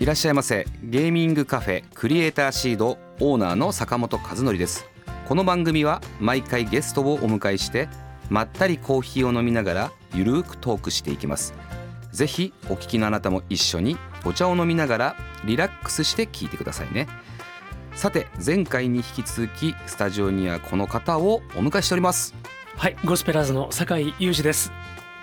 いらっしゃいませゲーミングカフェクリエイターシードオーナーの坂本和則ですこの番組は毎回ゲストをお迎えしてまったりコーヒーを飲みながらゆるーくトークしていきますぜひお聞きのあなたも一緒にお茶を飲みながらリラックスして聞いてくださいねさて前回に引き続きスタジオにはこの方をお迎えしておりますはい、ゴスペラーズの酒井裕二です。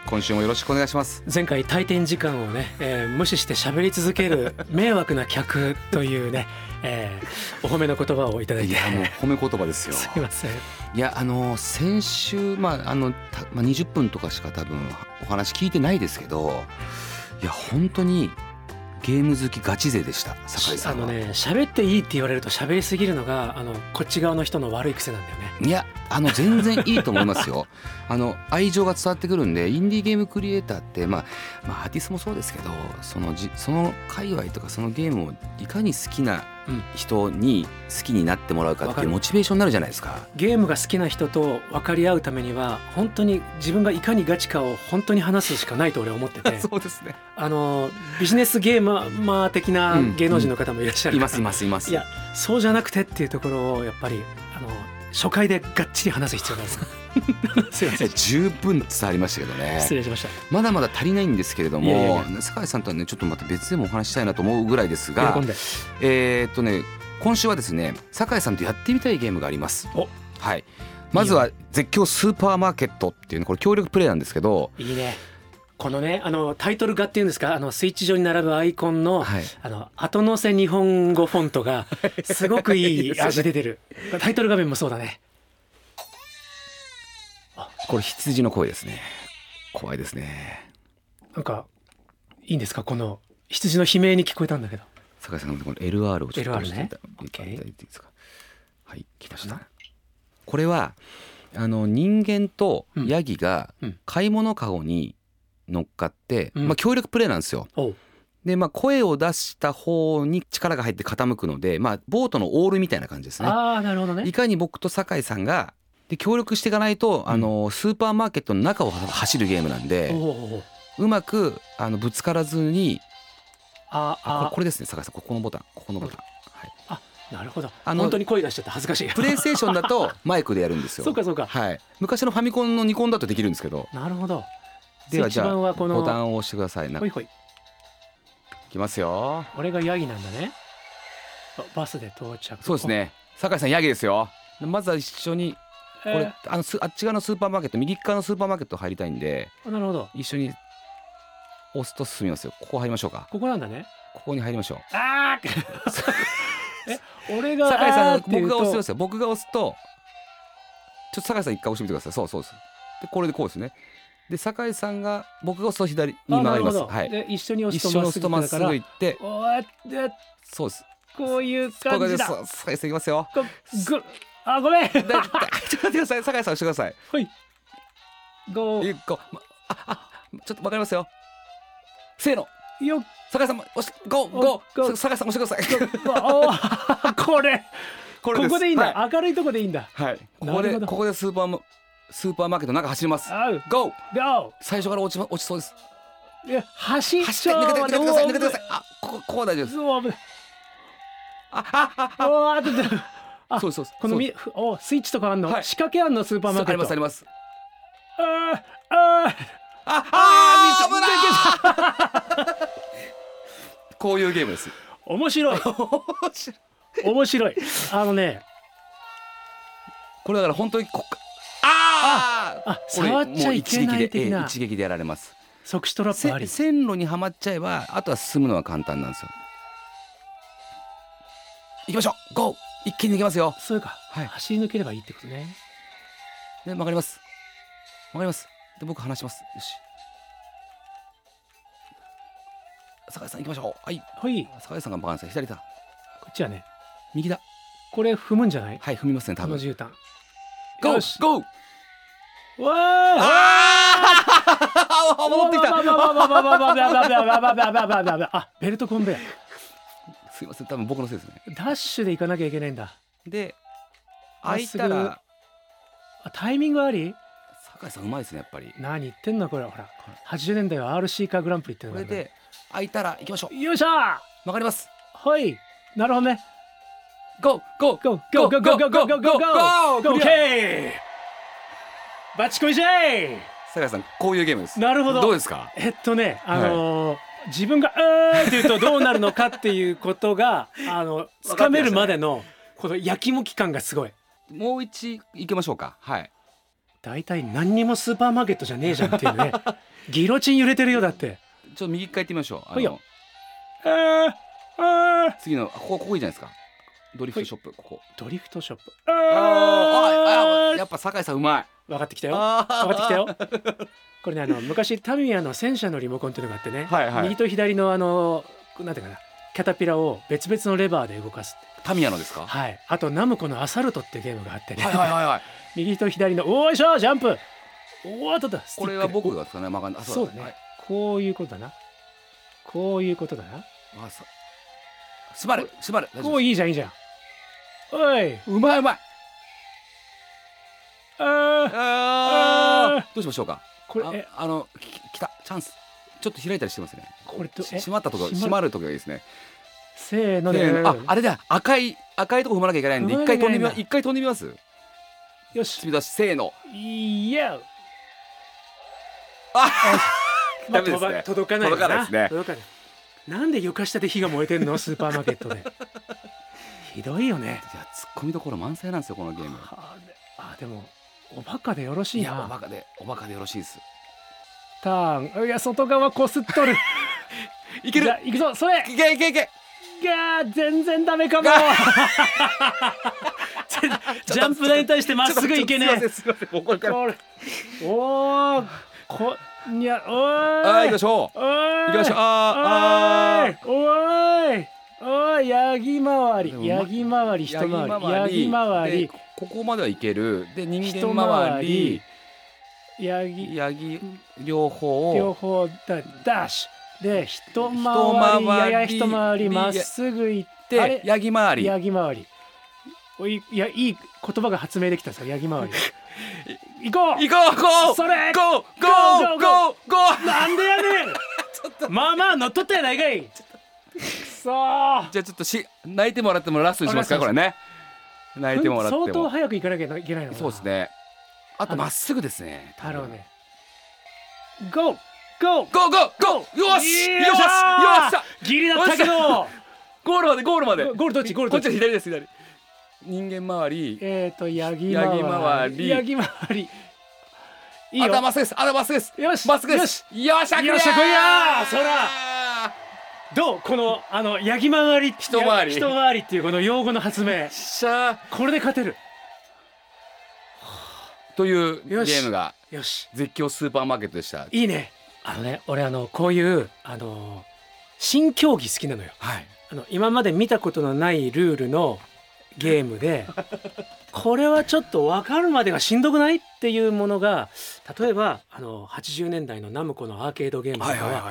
今週もよろしくお願いします前回退店時間をね、えー無視して喋り続 ける迷惑な客というね、えーお褒めの言葉をいただいいて、やもう褒め言葉ですよ すいません。いやあの先週まああのたまあ20分とかしか多分お話聞いてないですけどいや本当にゲーム好きガチ勢でした酒井さあんはのね、喋っていいって言われると喋りすぎるのがあのこっち側の人の悪い癖なんだよね。いやあの全然いいと思いますよ あの愛情が伝わってくるんでインディーゲームクリエイターって、まあ、まあアーティストもそうですけどそのじその界隈とかそのゲームをいかに好きなうん人に好きになってもらうかわってかいうるモチベーションになるじゃないですか。、ゲームが好きな人と分かり合うためには本当に自分がいかにガチかを本当に話すしかないと俺は思って てそうですね。あのビジネスゲーマー的な芸能人の方もいらっしゃるいから、ますいますいます。いやそうじゃなくてっていうところをやっぱりあの初回でがっちり話す必要が あるすいません十分伝わりましたけどね。失礼しましたまだまだ足りないんですけれどもいやいや酒井さんとはねちょっとまた別でもお話ししたいなと思うぐらいです喜がんでえーっとね今週はですね酒井さんとやってみたいゲームがありますおはいまずは「絶叫スーパーマーケット」っていうねこれ協力プレイなんですけどいいねこのねあのタイトル画っていうんですかあのスイッチ上に並ぶアイコンの、はいあの後乗せ日本語フォントがすごく いい味出てるタイトル画面もそうだねこれ羊の声ですね怖いですねなんかいいんですかこの羊の悲鳴に聞こえたんだけど酒井さんこの LR をちょっと LR 押していたねいただいていいですかはい来ましどうたこれはあの人間とヤギがうんうん買い物カゴに乗っかって、うんまあ、協力プレイなんですよおうでまあ声を出した方に力が入って傾くのでまあボートのオールみたいな感じですね。ああなるほどねいかに僕と酒井さんがで協力していかないと、あのスーパーマーケットの中を走るゲームなんおうでおうおううまくあのぶつからずにああこれあこれですね酒井さんここのボタンここのボタン、はい、なるほどあの本当に声出しちゃって恥ずかしいプレイステーションだとマイクでやるんですよ。 そうかそうかはい、昔のファミコンのニコンだとできるんですけどなるほど。ではじゃあ一番はこのボタンを押してください。ないほい。きますよ。俺がヤギなんだね。あバスで到着。そうですね酒井さんヤギですよ。まずは一緒にこお。これあのすあっち側のスーパーマーケット右側のスーパーマーケット入りたいんでなるほど。一緒に押すと進みますよここ入りましょうかここなんだね。ここに入りましょうああ。 え、俺が。酒井さあーんって言僕うがと押してますよ僕が押すとちょっと酒井さん一回押してみてくださいそうそうですでこれでこうですねで酒井さんが僕が押すと左にあ曲がりますなるほどはいで、一緒に押一す緒とにまっ押すすぐとまっだすかぐら。行っておわで、そうですこういうこういう感感じじでだ。そう酒井さんいきますよこぐあ、ごめん。だだちょっと待ってください酒井さん押してくださいはい。ご一個まああちょっとわかりますよせーのよ。酒井さんも押してゴーおゴゴーー酒井さん押してくださいおこれ。ここすこでいいんはいだ。明るいとこでいいんだ。はい、こなこるでほどここでスーパーマスーパーマーケットの中走ります。あう。ゴーど最初から落ちま落ちそうです。う。いや、走っ走ちっゃてう抜けて抜けてください抜けもうてください。あここここは大丈夫です。そう危ない。ああああおお、あとで。あそうですそうです。このみ、お、スイッチとかあんの、はい仕掛けあんの、スーパそーうですあマーケりッますあト。ります。ああ、ああああーー危ない。こういうゲームです。あ、面白い、面白い。あのね、これだから本当にこっかああああ触っちゃいけない的なもう一撃でええ一撃でやられます。即死トラッせプあり。線路にはまっちゃえばあとは進むのは簡単なんですよ。行きましょう。ゴー一気に行きますよ。そうか、はい走り抜ければいいってことね。で曲がります曲がりますで僕話しますよし酒井さん行きましょうはいはい酒井さんがバカンさん左だこっちはね右だこれ踏むんじゃないはい踏みますね多この分絨毯ゴよしーゴーわああ あ戻ってきたあベルトコンベヤすいません多分僕のせいですねダッシュで行かなきゃいけないんだでまっ開いすぐたらあタイミングあり酒井さんうまいですねやっぱり何言ってんのこれほら80年代は RC カーグランプリってのこがあれるんだで開いたら行きましょうよいしょー曲がりますはいなるほどねゴーゴーゴーゴーゴーゴーゴーゴーゴーゴーゴーオッケーバチコイじゃい酒井さんこういうゲームですなるほどどうですかえっとねあのー自分が「うーん」って言うとどうなるのかっていうことがあ分かのってましたね掴めるまでのこのやきもき感がすごいもう一行きましょうかはい大体何にもスーパーマーケットじゃねえじゃんっていうねギロチン揺れてるよだってちょっと右回ってみましょうあはいのよえーえー次のあここここいいじゃないですかドリフトショップここドリフトショップあーあえーやっぱ酒井さんうまい分かってきたよあー分かってきたよ これねあの昔タミヤの戦車のリモコンっていうのがあってね、はいはい右と左のあのなんていうかなキャタピラを別々のレバーで動かすってタミヤのですかはいあとナムコのアサルトっていうゲームがあってね、はいはいはいはい 右と左のおーいしょジャンプおおあとだスティこックれは僕がですかね曲がんあそうだね、はいこういうことだなこういうことだなあそう縛る縛る大丈こ夫うでいいじゃんいいじゃんおいうまいうまいあーああーどうしましょうかこれあえあのききたチャンスちょっと開いたりしてますねこれとしえ閉まったとこ閉ま閉まるとこがいいですねせーのででああれだ赤い赤いとこ踏まなきゃいけないんで踏一まなきゃ回飛いけんでないんみだます一回飛んでみますよしスピード出しせーのいやダメですね届かないよ届かないですね届かないなんで床下で火が燃えてんのスーパーマーケットでひどいよねいやツッコミどころ満載なんですよこのゲームあであでもおバカでよろしいいやおバなカでおバカでよろしいですターンいや外側こすっとるいけるじゃあいくぞそれいけいけいけいやー全然ダメかも全然ジャンプ台に対してまっすぐいけねちょっとちょっとすいませんすいませんもうこれからこれおおこいやおーはい行きましょうおー行きましょうおあーあいおいおいヤギ回でもまりヤギ回り一回りヤギ回でりこここまではいけるで人人間回回りりヤギヤギ両方両方だダッシュで一一回回りりやや一回りまっすぐ行ってあでれヤギ回りヤギ回りおいいやいい言葉が発明できたんですかヤギ回り行行こうこう行こうそれゴーゴーゴーゴーなんでやね んまあまあ乗っとったやないかいくそーじゃあちょっとし泣いてもらってもラストにしますかあこラスれトね泣いてもらって相当も早く行かなきゃいけないのかなそうですねあとあのまっすぐですねなるほどね GO! GO! ゴーゴーゴーよしよしよしさギリだったけどゴールまでゴールまでゴゴールどっちゴールこどっっちはち左です左人間回りえっとヤギヤギ回回りりヤギ回りいいよ頭まっすぐです頭まっすぐですよしまっすぐでよすしよっしゃよっしゃここりりゃゃーーそらどうこのあのヤギ回り一回り一回りっていうこの用語の発明しゃこれで勝てるーというゲよしームがよし絶叫スーパーマーケットでしたいいねあのね俺あのこういうあの新競技好きなのよはいあの今まで見たことのないルールのゲー ムでこれはちょっと分かるまでがしんどくないっていうものが例えばあの80年代のナムコのアーケードゲームとかは,、いは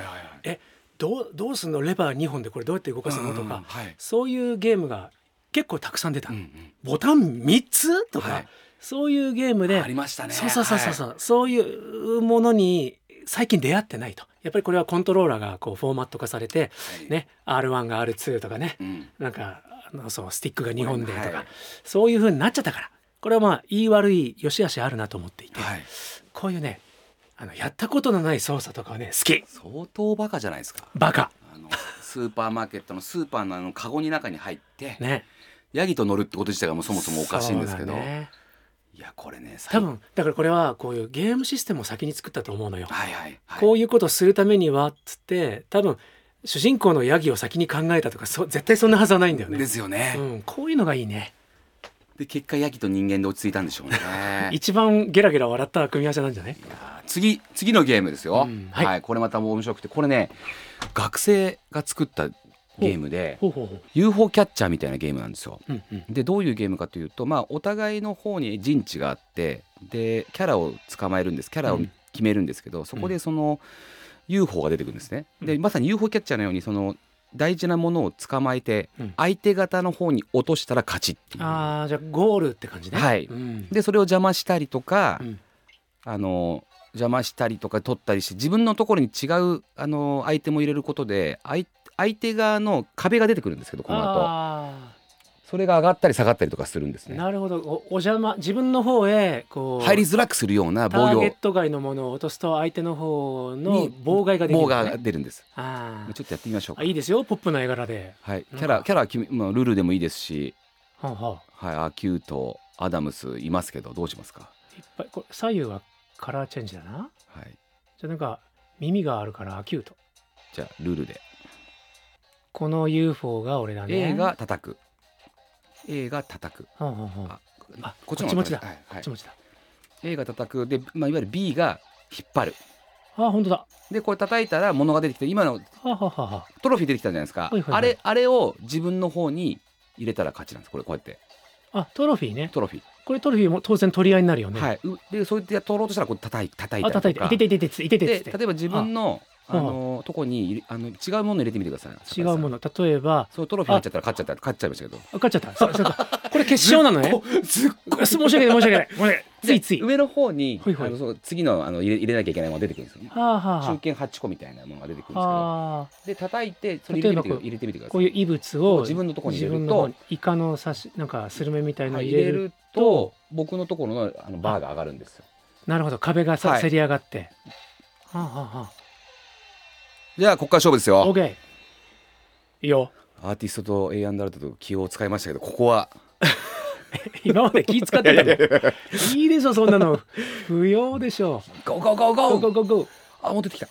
えどうどうすんのレバー2本でこれどうやって動かすのとか、はいそういうゲームが結構たくさん出た、うんうんボタン3つとか、はいそういうゲームでありましたねそうそうそうそうそう、そういうものに最近出会ってないとやっぱりこれはコントローラーがこうフォーマット化されて、はいね R1 が R2 とかねうんなんかあのそうスティックが日本でとか、はいそういう風になっちゃったからこれはまあ言い悪い良し悪しあるなと思っていて、はいこういうねあのやったことのない操作とかはね好き相当バカじゃないですかバカあの スーパーマーケットのスーパーのあのカゴに中に入ってねヤギと乗るってこと自体がもうそもそもおかしいんですけどそうだねいやこれね最多分だからこれはこういうゲームシステムを先に作ったと思うのよ、はいはいはいこういうことをするためにはっつって多分主人公のヤギを先に考えたとかそう絶対そんなはずはないんだよねですよねう、ん、こういうのがいいねで結果ヤギと人間で落ち着いたんでしょう ね一番ゲラゲラ笑った組み合わせなんじゃない次次のゲームですよ、うんははいい、これまたもう面白くてこれね学生が作ったゲームでほうほうほう UFO キャッチャーみたいなゲームなんですようんうんでどういうゲームかというと、まあ、お互いの方に陣地があってでキャラを捕まえるんですキャラをうん決めるんですけど、そこでその UFO が出てくるんですね。うでまさに UFO キャッチャーのようにその大事なものを捕まえて、うん相手方の方に落としたら勝ちっていう。ああじゃあゴールって感じねはいうんでそれを邪魔したりとか、うんあの邪魔したりとか取ったりして自分のところに違うあの相手も入れることで相相手側の壁が出てくるんですけどこの後あそれが上がったり下がったりとかするんですーね。なるほどおお邪魔自分の方へこう入りづらくするようなタ防ーゲ御ット外のものを落とすと相手の方の妨害ができる棒んだね、が出るんです。あーちょっとやってみましょうかあ。いいですよポップな絵柄で、はい、うんキャラ、キャラは決め、まあ、ルールでもいいですし、はあははい、アキューとアダムスいますけど、どうしますか。あ、いっぱいこれ左右はカラーチェンジだなはい、じゃあなんか耳があるからアキュートじゃあ、ルールで、この UFO が俺だね A が叩く。A が叩く。はあはあはあああこっちのこっち持ち方だが叩くはい、こはっいち持ちだ A が叩く、で、まあ、いわゆる B が引っ張る。あ本当だはで、これ叩いたら、物が出てきて、今のあはあはあはあトロフィー出てきたじゃないですか。はいはいはいあれ、あれを自分の方に入れたら勝ちなんです。これ、こうやって、あトロフィーねトロフィー。これトロフィーも当然取り合いになるよね、はい、うで、そうやって取ろうとしたら、こう叩い、叩いたありと叩か。いていていていていていていていでて例えば自分のああのとこに入れあの違うもの入れてみてください違うものの例えばそうトロフィー入っちゃったら勝っちゃった勝っちゃいました けど分かっちゃったそうそうかこれ決勝なのね ずっ申し訳ない申し訳ない申し訳ないついつい上の方にほいほいあのそう次のあの入れ入れなきゃいけないものが出てくるんですよはあはあ中堅8個みたいなものが出てくるんですけどはで叩いてそれ入れてみて例えば入れてみてくあださこういうい異物を自分のとこに入自れ分るの方とにイカの刺しなんかスルメみたいのはい入入れれる,、ると僕のところのあのバーが上がるんですよなるほど壁がさ、はいせり上がってはあはじゃあここから勝負ですあはあよ OK いいよアーティストと A&R と気を使いましたけどここは今まで気使ってたのいいでしょそんなの不要でしょゴーゴーゴーゴゴーーゴーゴーゴーあ、持ってきた。い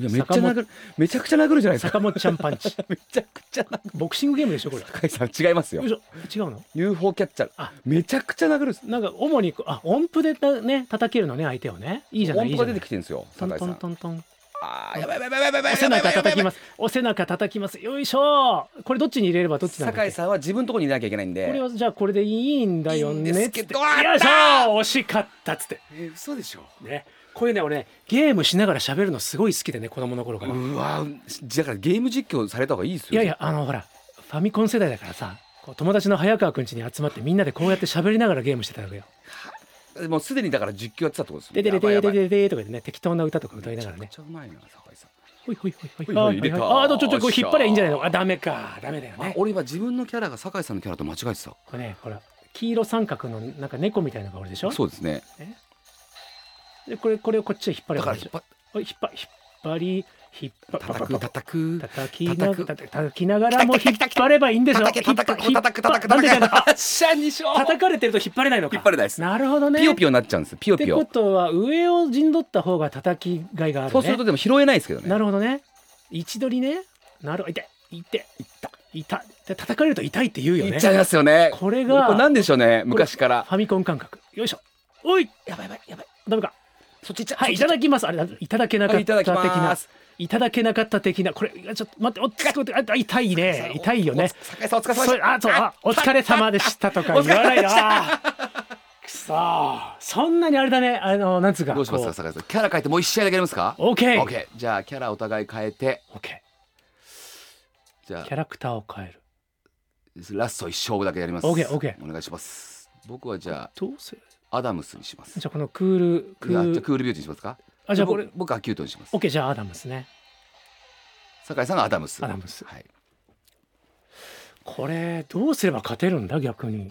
や、めっちゃ殴る、めちゃくちゃ殴るじゃないですか。坂本ちゃんパンチめちゃくちゃ殴る。ボクシングゲームでしょこれ高井さん、違いますよよい。しょ違うの UFO キャッチャーあ。めちゃくちゃ殴るんです。なんか主にこうあ音符でたね叩けるのね相手をねいいじゃないいい音じ符ゃがな出いてきてるんですよ。ト高ン井さトンんト。ントンあー、やばいやばいやばいやばいおや背ばい。。中叩きますすお背中叩きますよいしょこれどっちに入れればどっちなんだっ高け井さんは自分のところにいなきゃいけないんで。これはじゃあこれでいいんだよいいんねですっつけってどよいしょあ惜しかったっつってえー、嘘でしょ。ねこういうね俺ねゲームしながら喋るのすごい好きでね子供の頃から、いうわ、だからゲーム実況された方がいいですよ。やいやあのほらファミコン世代だからさこう友達の早川くん家に集まってみんなでこうやって喋りながらゲームしてたわけよは。もうすでにだから実況やってたってことですでよ。ででやばいでやばでいででとかでね適当な歌とか歌めいなちがゃらくねちゃうまいな、高井さん。ほいほいほいほいほはいいほい入れたああちょちょこれ引っ張りゃいいんじゃないのあダメかダメだよあね、俺今自分のキャラが高井さんのキャラと間違えてた。これねほら黄色三角のなんか猫みたいなのが俺でしょそうですね。でこれこれをこっちへ引っ張れだかばら引っ張っいいでしょおい引っ張引っ張り引っ張叩く叩く。叩きな叩く叩叩きながらも引っ張ればいいんでしょ叩け叩く引っ張叩く叩くなんで叩なんくであしゃにしょ叩かれてると引っ張れないのか引っ張れないですなるほどねピヨピヨヨになっちゃうんですピヨってピこヨとは上を陣取った方が叩きがいがあるねそうするとでも拾えないですけどねなるほどね一取りねなるほど痛い痛い痛い痛い叩かれると痛いって言うよいねっちゃいますよねこれこれがなんでしょうね昔からファミコン感覚よいしょおいやばいやばいやばいダメかそっち行っちゃはいいただきますあれなんいただけなかはっいいたただ的きまなすいただけなかった的なこれちょっと待っておっつこあ痛いね痛いよね酒井さんお疲れ様でそしれあそうあお疲れ様でしたとか言わないな くそーそんなにあれだねあのなんつうかたどうしますこか酒井さんキャラ変えてもう一試合だけやりますかオッケーオッケーじゃあキャラお互い変えてオッケじーゃキャあラクターを変えるラスト一勝だけやりますオッケーオッケーお願いします僕はじゃどうせあアダムスにしますじゃあこのクールクじゃあールクールビューティーにしますかあじゃあこれ僕僕はキュートにしますオッケーじゃあアダムスね酒井さんがアダムスアダムスはいこれどうすれば勝てるんだ逆にい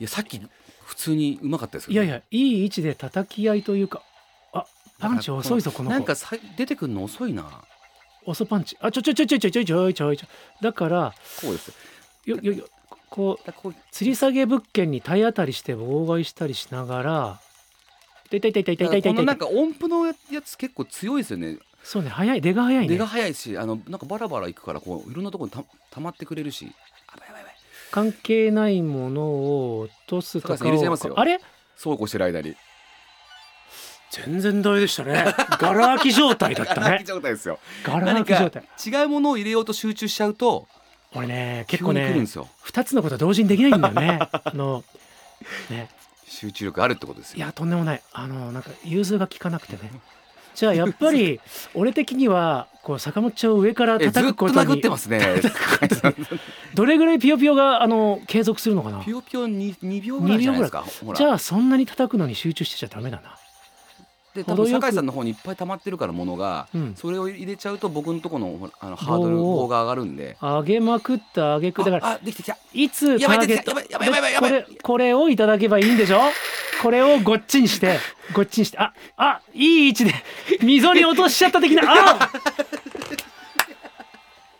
やさっき普通にうまかったですけいどやねいやいい位置で叩き合いというかあパンチ遅いぞこの子なんかさ出てくるの遅いな遅パンチあちょちょちょちょちょちょちょちょちょだからこうですよよよこうだこう吊り下げ物件に体当たりして妨害したりしながら痛い痛い痛い痛い痛い痛こいの痛なんいか音符のやつ結構強いですよねそうね早い出が早い出ねが速いしあのなんかバラバラいくからこういろんなところにたたまってくれるしあばいやばいやばい関係ないものを落とすと高橋かさん入れちゃいますよあれそうこうしてる間に全然ダメでしたね。 ガラ空き状態 だった空ねき。状態ですよガラ空何きか状態。違うものを入れようと集中しちゃうと俺ね結結構構来るんねですよ二つのこと同時にできないんだよね。あのね集中力あるってことですよいやとんでもないあのなんか融通が効かなくてね。じゃあやっぱ り俺的にはこう坂本ちゃんを上からえずっ叩とくこと殴っにてますねどれぐらいピヨピヨがあの継続するのかなピ。ヨピヨに2秒ぐらいじゃないですかほらじゃあそんなに叩くのに集中してちゃダメだな。で多程分よく酒井さんの方にいっぱい溜まってるからものが、うんそれを入れちゃうと僕のとこのほらあのハードル棒を棒が上がるんで上げまくった上げくだからああできてきたいつタやばいーゲットやばいやばいやばいやばいやばこれこれをいただけばいいんでしょこれをごっち にしてごっちにしてああいい位置で溝に落としちゃった的な あ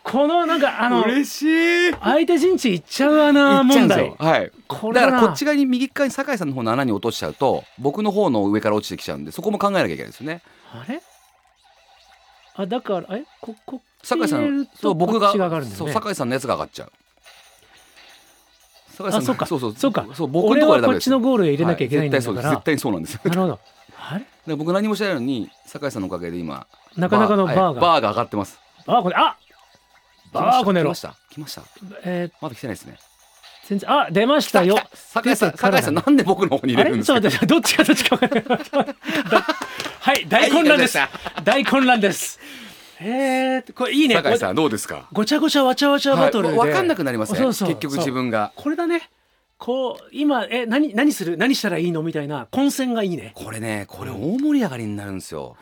このなんかあのしい相手陣地行っちゃう穴いっちゃうん問です題よはいこだれだからなこっち側に右側に酒井さんの方の穴に落としちゃうと僕の方の上から落ちてきちゃうんでそこも考えなきゃいけないですよねあれあだからえここ酒井さ入れるんとそう僕がこっち上がるんだよそうね酒井さんのやつが上がっちゃう酒井さんあそっかそうそうそうかそう僕の俺ところははダこメっですちのゴールへ入れなきゃいけないんだはか絶対ら、そうです絶対にそうなんですだか なるほどあれら僕何もしてないのに酒井さんのおかげで今なかなかのバーが、はいバーが上がってますバーこれあバーこの野来郎ました来ました来ましたえーまだ来てないですね全然あ出ましたよ酒井さん出てから酒井さんなんで僕の方に入あれれるんでちすょっかと待ってどっちかどっちか分かんないだはい大混乱ですはい大混乱ですえー、これいいね酒井さんどうですかごごちゃごちゃわちゃわちゃバトルで、はいわかんなくなりますねそうそう結局自分がこれだねこう今え何何する何したらいいのみたいな混戦がいいねこれねこれ大盛り上がりになるんですよ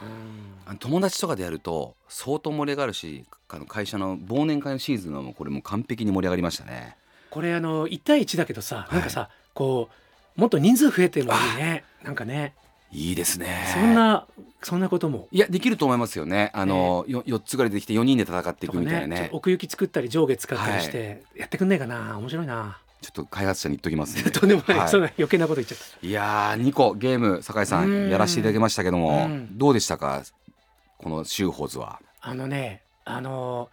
あの友達とかでやると相当盛り上がるしあの会社の忘年会のシーズンはもうこれもう完璧に盛り上がりましたねこれあの1対1だけどさなんかさ、こうもっと人数増えてもいいねなんかねいいですねそんなそんなこともいやできると思いますよねあの、よ四4つぐらいできて4人で戦っていとくかみたいなねねちょっと奥行き作ったり上下使ったりしてやってくんないかな、面白いなちょっと開発者に言っときますん とんでもない、はい そんな余計なこと言っちゃったいやー2個ゲーム酒井さうんんやらせていただきましたけども、うんどうでしたかこのシューホーズは。あのねあの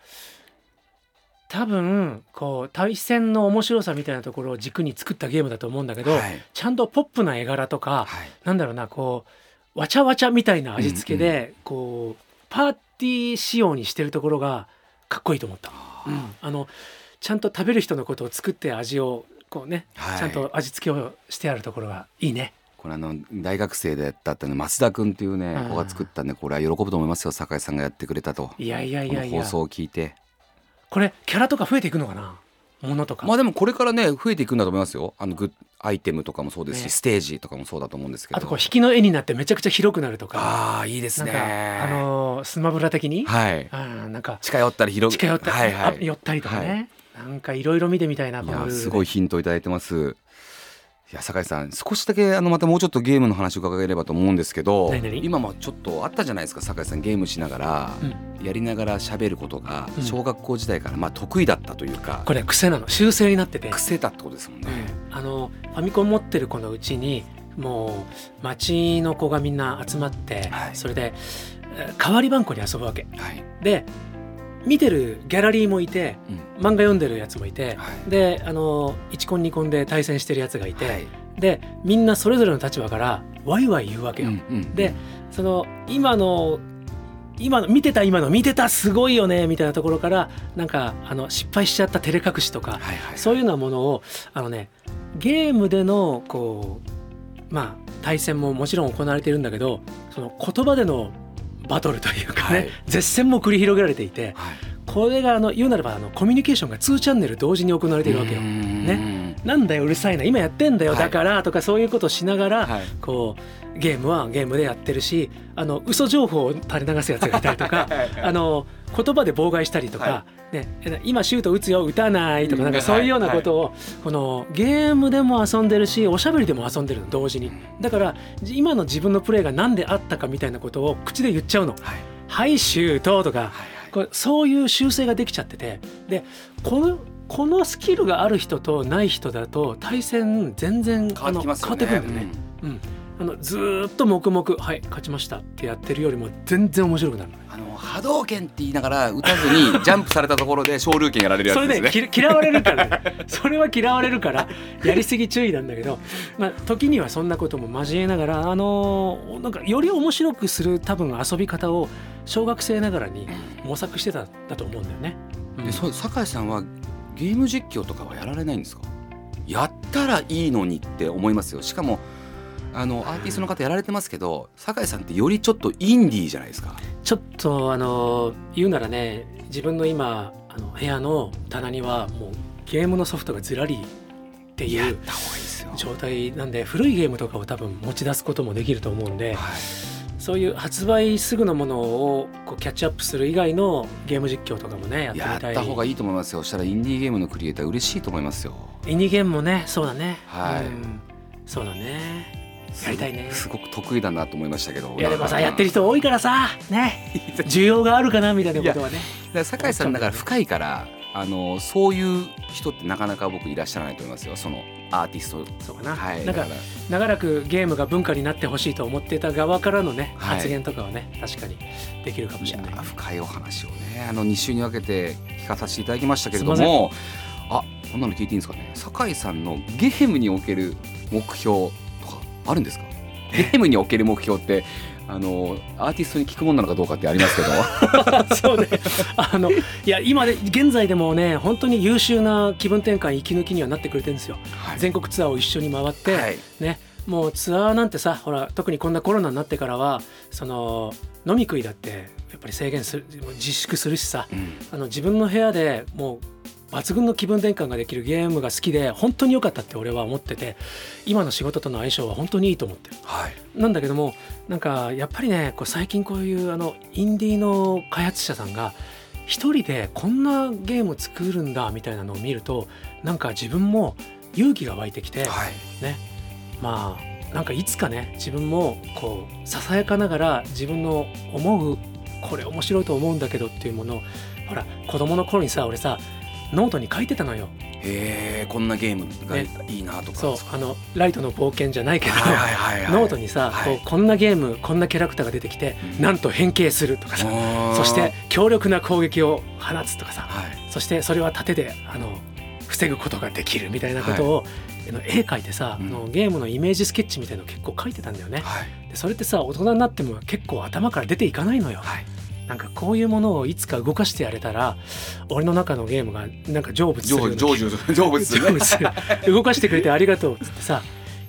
多分こう対戦の面白さみたいなところを軸に作ったゲームだと思うんだけど、はいちゃんとポップな絵柄とかはいなんだろうなこうわちゃわちゃみたいな味付けで、こうパーティー仕様にしてるところがかっこいいと思った、うんあのちゃんと食べる人のことを作って味をこうね、はいちゃんと味付けをしてあるところがいいねこれあの大学生だったってね松田君っていうねうん子が作ったんでこれは喜ぶと思いますよ酒井さんがやってくれたといやいやいやいこのや放送を聞いてこれキャラとか増えていくのかなものとか、まあでもこれからね増えていくんだと思いますよあのグッアイテムとかもそうですし、ねステージとかもそうだと思うんですけどあとこう引きの絵になってめちゃくちゃ広くなるとかああいいですなんねか、あのースマブラ的に、はいあーなんか近寄ったり広く近寄ったり、はいはあい寄ったりとかね、なんかいろいろ見てみたいないこのルーやルですごいヒントいただいてますいや酒井さん少しだけあのまたもうちょっとゲームの話を伺えればと思うんですけど何々今もちょっとあったじゃないですか酒井さんゲームしながら、やりながら喋ることがうん小学校時代からまあ得意だったというか、これ癖なの修正になってて、癖だってことですもんね、あのファミコン持ってる子のうちにもう町の子がみんな集まって、はいそれでえー代わり番こに遊ぶわけはいで見てるギャラリーもいて、うん漫画読んでるやつもいて、はであの1コン2コンで対戦してるやつがいて、はいでみんなそれぞれの立場からワイワイ言うわけよ。うんうんでその今の今の見てた今の見てたすごいよねみたいなところからなんかあの失敗しちゃった照れ隠しとかはいはいそういうようなものをあのねゲームでのこうまあ対戦ももちろん行われているんだけどその言葉でのバトルというかね、はい絶戦も繰り広げられていてはいこれがあの言うならばあのコミュニケーションが2チャンネル同時に行われているわけよう。んねなんだようるさいな今やってんだよはいだからとかそういうことをしながら、はいこうゲームはゲームでやってるしあの嘘情報を垂れ流すやつがいたりとかあの言葉で妨害したりとか、はね、今シュート打つよ打たないとかなんかそういうようなことを、このゲームでも遊んでるしおしゃべりでも遊んでるの同時にだから今の自分のプレーが何であったかみたいなことを口で言っちゃうの。はいはいシュートとか、はいこれそういう修正ができちゃっててでこのこのスキルがある人とない人だと対戦全然変わってきますよねあの変わってくるんだよね。うんあのずーっと黙々はい勝ちましたってやってるよりも全然面白くなるあの波動拳って言いながら打たず にジャンプされたところで昇竜拳やられるやそつでれすねね。き嫌われるからね それは嫌われるからやりすぎ注意なんだけど、まあ、時にはそんなことも交えながら、あのーなんかより面白くする多分遊び方を小学生ながらに模索してたんだと思うんだよね。うんで、そう酒井さんはゲーム実況とかはやられないんですか？やったらいいのにって思いますよ。しかもあのアーティストの方やられてますけど、酒井さんってよりちょっとインディーじゃないですか。ちょっとあの言うならね自分の今あの部屋の棚にはもうゲームのソフトがずらりっていうた方がいいですよ状態なんで古いゲームとかを多分持ち出すこともできると思うんではい。そういう発売すぐのものをこうキャッチアップする以外のゲーム実況とかもねやってみやったいた方がいいと思いますよ。したらインディーゲームのクリエイター嬉しいと思いますよ。イニゲームもねそうだねはいうんそうだねやりたいねすごく得意だなと思いましたけど。いやでもさやってる人多いからさね 需要があるかなみたいなことはねだから酒井さんだから深いからあのそういう人ってなかなか僕いらっしゃらないと思いますよそのアーティストそうかな、はいなんかだら長らくゲームが文化になってほしいと思ってた側からのね、はい発言とかはね確かにできるかもいしやれないー深いお話をねあの2週に分けて聞かさせていただきましたけれどすいもあこんなの聞いていいんですかね酒井さんのゲームにおける目標とかあるんですかゲームにおける目標ってあのアーティストに聞くもんなのかどうかってあり ますけど そうねあのいや今で現在でもね本当に優秀な気分転換息抜きにはなってくれてるんですよ全国ツアーを一緒に回って、はいねもうツアーなんてさほら特にこんなコロナになってからはその飲み食いだってやっぱり制限する自粛するしさうんあの自分の部屋でもう抜群の気分転換ができるゲームが好きで本当に良かったって俺は思ってて今の仕事との相性は本当にいいと思ってるはいなんだけどもなんかやっぱりねこう最近こういうあのインディーの開発者さんが一人でこんなゲーム作るんだみたいなのを見るとなんか自分も勇気が湧いてきてはいまあなんかいつかね自分もこうささやかながら自分の思うこれ面白いと思うんだけどっていうものをほら子供の頃にさ俺さノートに書いてたのよへえこんなゲームがいいなとかそうあのライトの冒険じゃないけど、はいはいはいはいノートにさ、はいこうこんなゲームこんなキャラクターが出てきて、うんなんと変形するとかさあーそして強力な攻撃を放つとかさはいそしてそれは盾であの防ぐことができるみたいなことを、あの絵描いてさ、うんあのゲームのイメージスケッチみたいの結構描いてたんだよね。はいでそれってさ大人になっても結構頭から出ていかないのよ、はいなんかこういうものをいつか動かしてやれたら俺の中のゲームがなんか成仏するような成就成仏する成仏する動かしてくれてありがとうっつってさ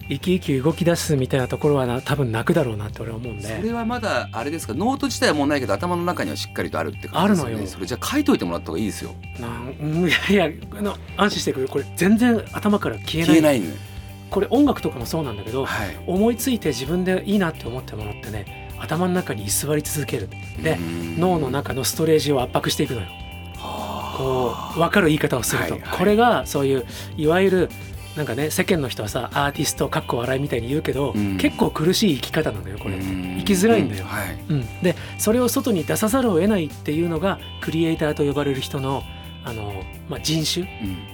生き生き動き出すみたいなところはな多分泣くだろうなって俺は思うんそでれはまだあれですかノート自体はもうないけど頭の中にはしっかりとあるって感じですよねあるのよそれじゃあ書いといてもらった方がいいですよなんうんいやいやあの安心してくれこれ全然頭から消えない消えないねこれ音楽とかもそうなんだけどはい思いついて自分でいいなって思ったものってね頭の中に居座り続けるでうん脳の中のストレージを圧迫していくのよこはう分かる言い方をすると、はいはいこれがそういういわゆるなんかね世間の人はさアーティストかっこ笑いみたいに言うけど、うん結構苦しい生き方なのよこれ、うんうん生きづらいんだようはいでそれを外に出さざるを得ないっていうのがクリエイターと呼ばれる人のあの、まあ、人種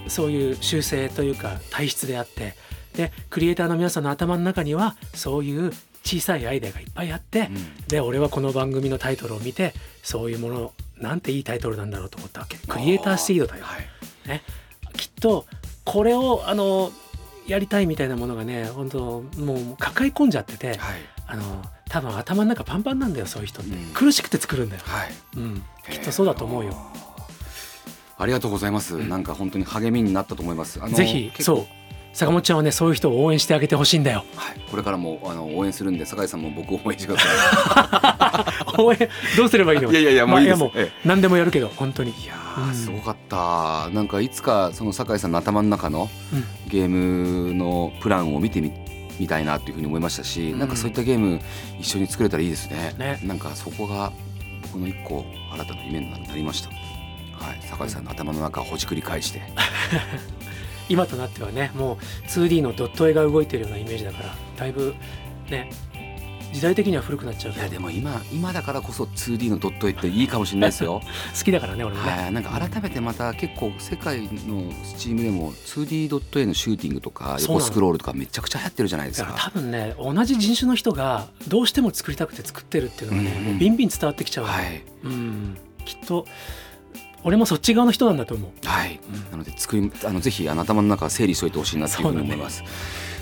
うんそういう習性というか体質であってでクリエイターの皆さんの頭の中にはそういう小さいアイデアがいっぱいあって、うんで俺はこの番組のタイトルを見てそういうものなんていいタイトルなんだろうと思ったわけクリエイターシードだよはいきっとこれをあのやりたいみたいなものがね本当もう抱え込んじゃっててはいあの多分頭の中パンパンなんだよそういう人って、うん苦しくて作るんだよ、はいうん、きっとそうだと思うよ、ありがとうございます、なんか本当に励みになったと思いますあのぜひ結構そう坂本ちゃんはねそういう人を応援してあげてほしいんだよはいこれからもあの応援するんで酒井さんも僕を応援してくださ応援どうすればいいの いいやいやいやもういいです、まあいやもうええ何でもやるけど本当に、いやうーんすごかった、なんかいつかその酒井さんの頭の中のうんゲームのプランを見てみ見たいなというふうに思いましたし、うんなんかそういったゲーム一緒に作れたらいいですねねなんかそこが僕の一個新たな夢になりましたはい酒井さんの頭の中をほじくり返 して、今となってはねもう 2D のドット絵が動いてるようなイメージだからだいぶね時代的には古くなっちゃういけどやでも今今だからこそ 2D のドット絵っていいかもしれないですよ。好きだからね俺もね、はい、なんか改めてまた結構世界のスチームでも 2D ドット絵のシューティングとかそうなの横スクロールとかめちゃくちゃ流行ってるじゃないですだからか。多分ね同じ人種の人がどうしても作りたくて作ってるっていうのがね、うんうんもうビンビン伝わってきちゃう、はい、うんきっと俺もそっち側の人なんだと思うはい、なので作りあのぜひあの頭の中整理しておいてほしいなというふうに思います。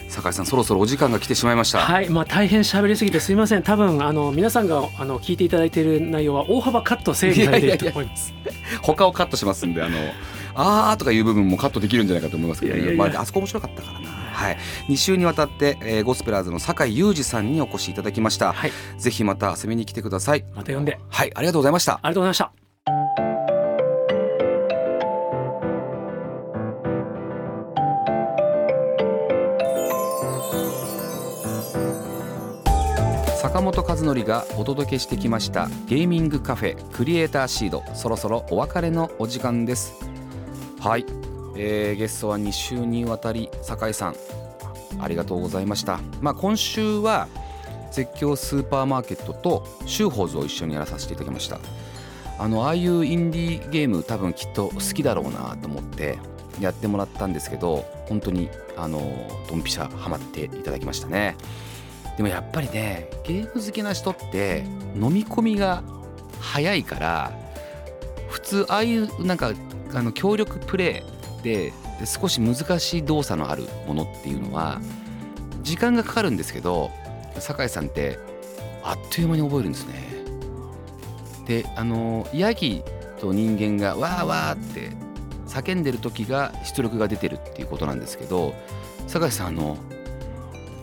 酒井さんそろそろお時間が来てしまいました。はい、まあ、大変喋りすぎてすいません多分あの皆さんがあの聞いていただいている内容は大幅カット整理されていると思います他をカットしますんであのあーとかいう部分もカットできるんじゃないかと思いますけどねいやいやいやまあ、あそこ面白かったからな、はい、2週にわたって、えーゴスペラーズの酒井裕二さんにお越しいただきました、はいぜひまた遊びに来てくださいまた呼んではいありがとうございましたありがとうございました坂本和則がお届けしてきましたゲーミングカフェクリエイターシードそろそろお別れのお時間ですはい、えーゲストは2週にわたり酒井さんありがとうございましたまあ今週は絶叫スーパーマーケットとシューホーズを一緒にやらさせていただきましたあのああいうインディーゲーム多分きっと好きだろうなと思ってやってもらったんですけど本当にあのドンピシャハマっていただきましたねでもやっぱりねゲーム好きな人って飲み込みが早いから普通ああいうなんかあの協力プレイでで少し難しい動作のあるものっていうのは時間がかかるんですけど酒井さんってあっという間に覚えるんですね。であのヤギと人間がわーわーって叫んでる時が出力が出てるっていうことなんですけど酒井さんあの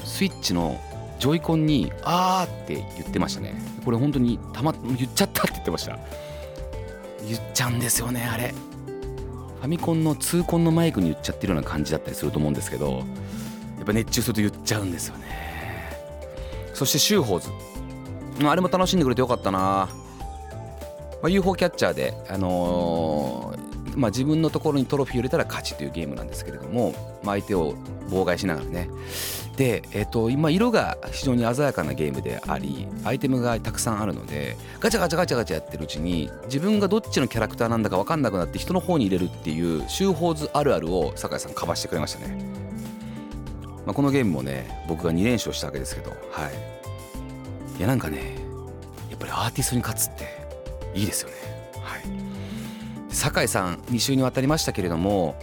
スイッチのジョイコンに「あー」って言ってましたねこれ本当にたま言っちゃったって言ってました言っちゃうんですよねあれファミコンの痛恨のマイクに言っちゃってるような感じだったりすると思うんですけどやっぱ熱中すると言っちゃうんですよねそしてシューホーズまああれも楽しんでくれてよかったな、まあ、UFO キャッチャーで、あのーまあ、自分のところにトロフィーを入れたら勝ちというゲームなんですけれども、まあ、相手を妨害しながらねで、えっと今色が非常に鮮やかなゲームでありアイテムがたくさんあるのでガチャガチャガチャガチャやってるうちに自分がどっちのキャラクターなんだか分かんなくなって人の方に入れるっていうシューホーズあるあるを酒井さんかばしてくれましたね、まあ、このゲームもね僕が2連勝したわけですけどはいいやなんかねやっぱりアーティストに勝つっていいですよねはい酒井さん2週にわたりましたけれども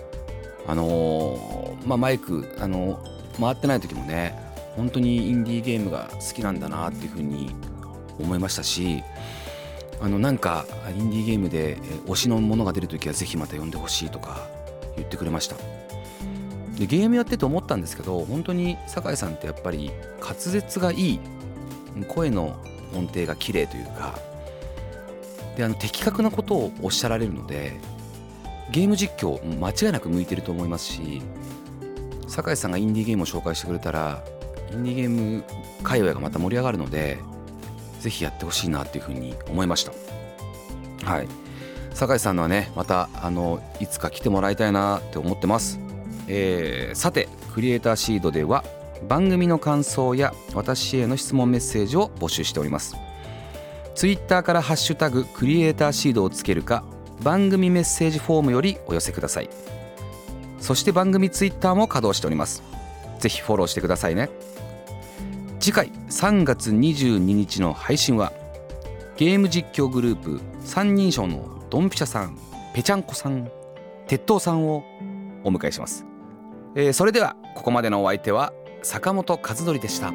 あのーまあ、マイク、あの回ってない時もね本当にインディーゲームが好きなんだなっていうふうに思いましたしあのなんかインディーゲームでえー推しのものが出る時はぜひまた呼んでほしいとか言ってくれましたでゲームやってて思ったんですけど本当に酒井さんってやっぱり滑舌がいい声の音程が綺麗というかであの的確なことをおっしゃられるのでゲーム実況間違いなく向いてると思いますし酒井さんがインディーゲームを紹介してくれたらインディーゲーム界隈がまた盛り上がるのでぜひやってほしいなっていうふうに思いましたはい酒井さんのはねまたあのいつか来てもらいたいなって思ってます、えーさてクリエイターシードでは番組の感想や私への質問メッセージを募集しておりますツイッターから「ハッシュタグクリエイターシード」をつけるか番組メッセージフォームよりお寄せくださいそして番組ツイッターも稼働しておりますぜひフォローしてくださいね次回3月22日の配信はゲーム実況グループ三人称のドンピシャさんぺちゃんこさん鉄塔さんをお迎えします、えーそれではここまでのお相手は坂本和則でした